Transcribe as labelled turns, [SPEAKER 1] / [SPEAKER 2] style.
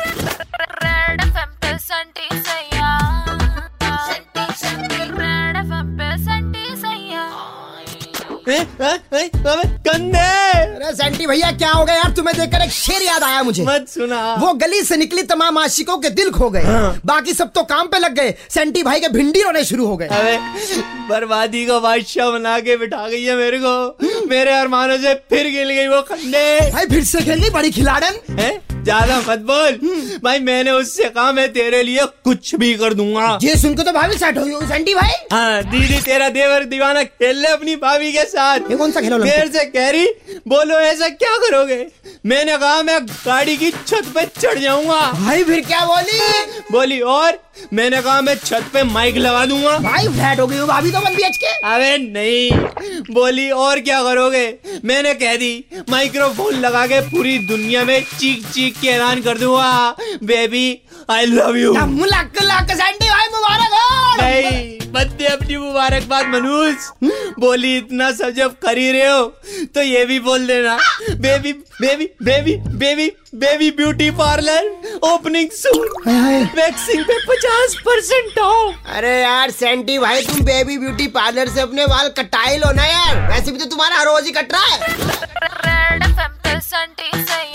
[SPEAKER 1] Red FM पे संटी सैया संटी संटी रेड एफएम पे संटी सैया
[SPEAKER 2] कंदे
[SPEAKER 3] अरे सेंटी भैया क्या हो गया यार तुम्हें देखकर एक शेर याद आया मुझे
[SPEAKER 2] मत सुना
[SPEAKER 3] वो गली से निकली तमाम आशिकों के दिल खो गए बाकी सब तो काम पे लग गए सेंटी भाई के भिंडी रोने शुरू हो गए
[SPEAKER 2] अबे बर्बादी का बादशाह बना के बिठा गई है मेरे को मेरे अरमानों से फिर गिर गई वो कंदे
[SPEAKER 3] भाई फिर से खेलनी बड़ी खिलाड़न
[SPEAKER 2] हैं? ज्यादा मत बोल भाई मैंने उससे कहा मैं तेरे लिए कुछ भी कर दूंगा
[SPEAKER 3] ये सुनकर तो भाभी सेट हो गई होगी, सेंटी भाई
[SPEAKER 2] हाँ दीदी तेरा देवर दीवाना खेल ले अपनी भाभी के साथ
[SPEAKER 3] ये कौन सा खेल है?
[SPEAKER 2] देर से कह रही बोलो ऐसा क्या करोगे मैंने कहा मैं गाड़ी की छत पे चढ़ जाऊंगा
[SPEAKER 3] भाई फिर क्या बोली
[SPEAKER 2] बोली और मैंने कहा मैं छत पे माइक लगा दूंगा
[SPEAKER 3] भाई फ्लैट हो गई वो भाभी तो वन बी के
[SPEAKER 2] अबे नहीं बोली और क्या करोगे मैंने कह दी माइक्रोफोन लगा के पूरी दुनिया में चीख चीख के ऐलान कर दूंगा बेबी आई लव यू
[SPEAKER 3] या मुलाक लाक सेंटी भाई मुबारक हो
[SPEAKER 2] नहीं बदले अपनी मुबारकबाद मनुज बोली इतना सब जब कर ही रहे हो तो ये भी बोल देना baby baby baby baby baby beauty parlour opening suit
[SPEAKER 3] हाय, हाय।
[SPEAKER 2] वैक्सिंग पे पचास परसेंट ऑफ
[SPEAKER 3] अरे यार सेंटी भाई तुम बेबी ब्यूटी पार्लर से अपने बाल कटाई लो ना यार वैसे भी तो तुम्हारा हर रोज ही कट रहा है
[SPEAKER 1] रेड एफएम पे संटी सैया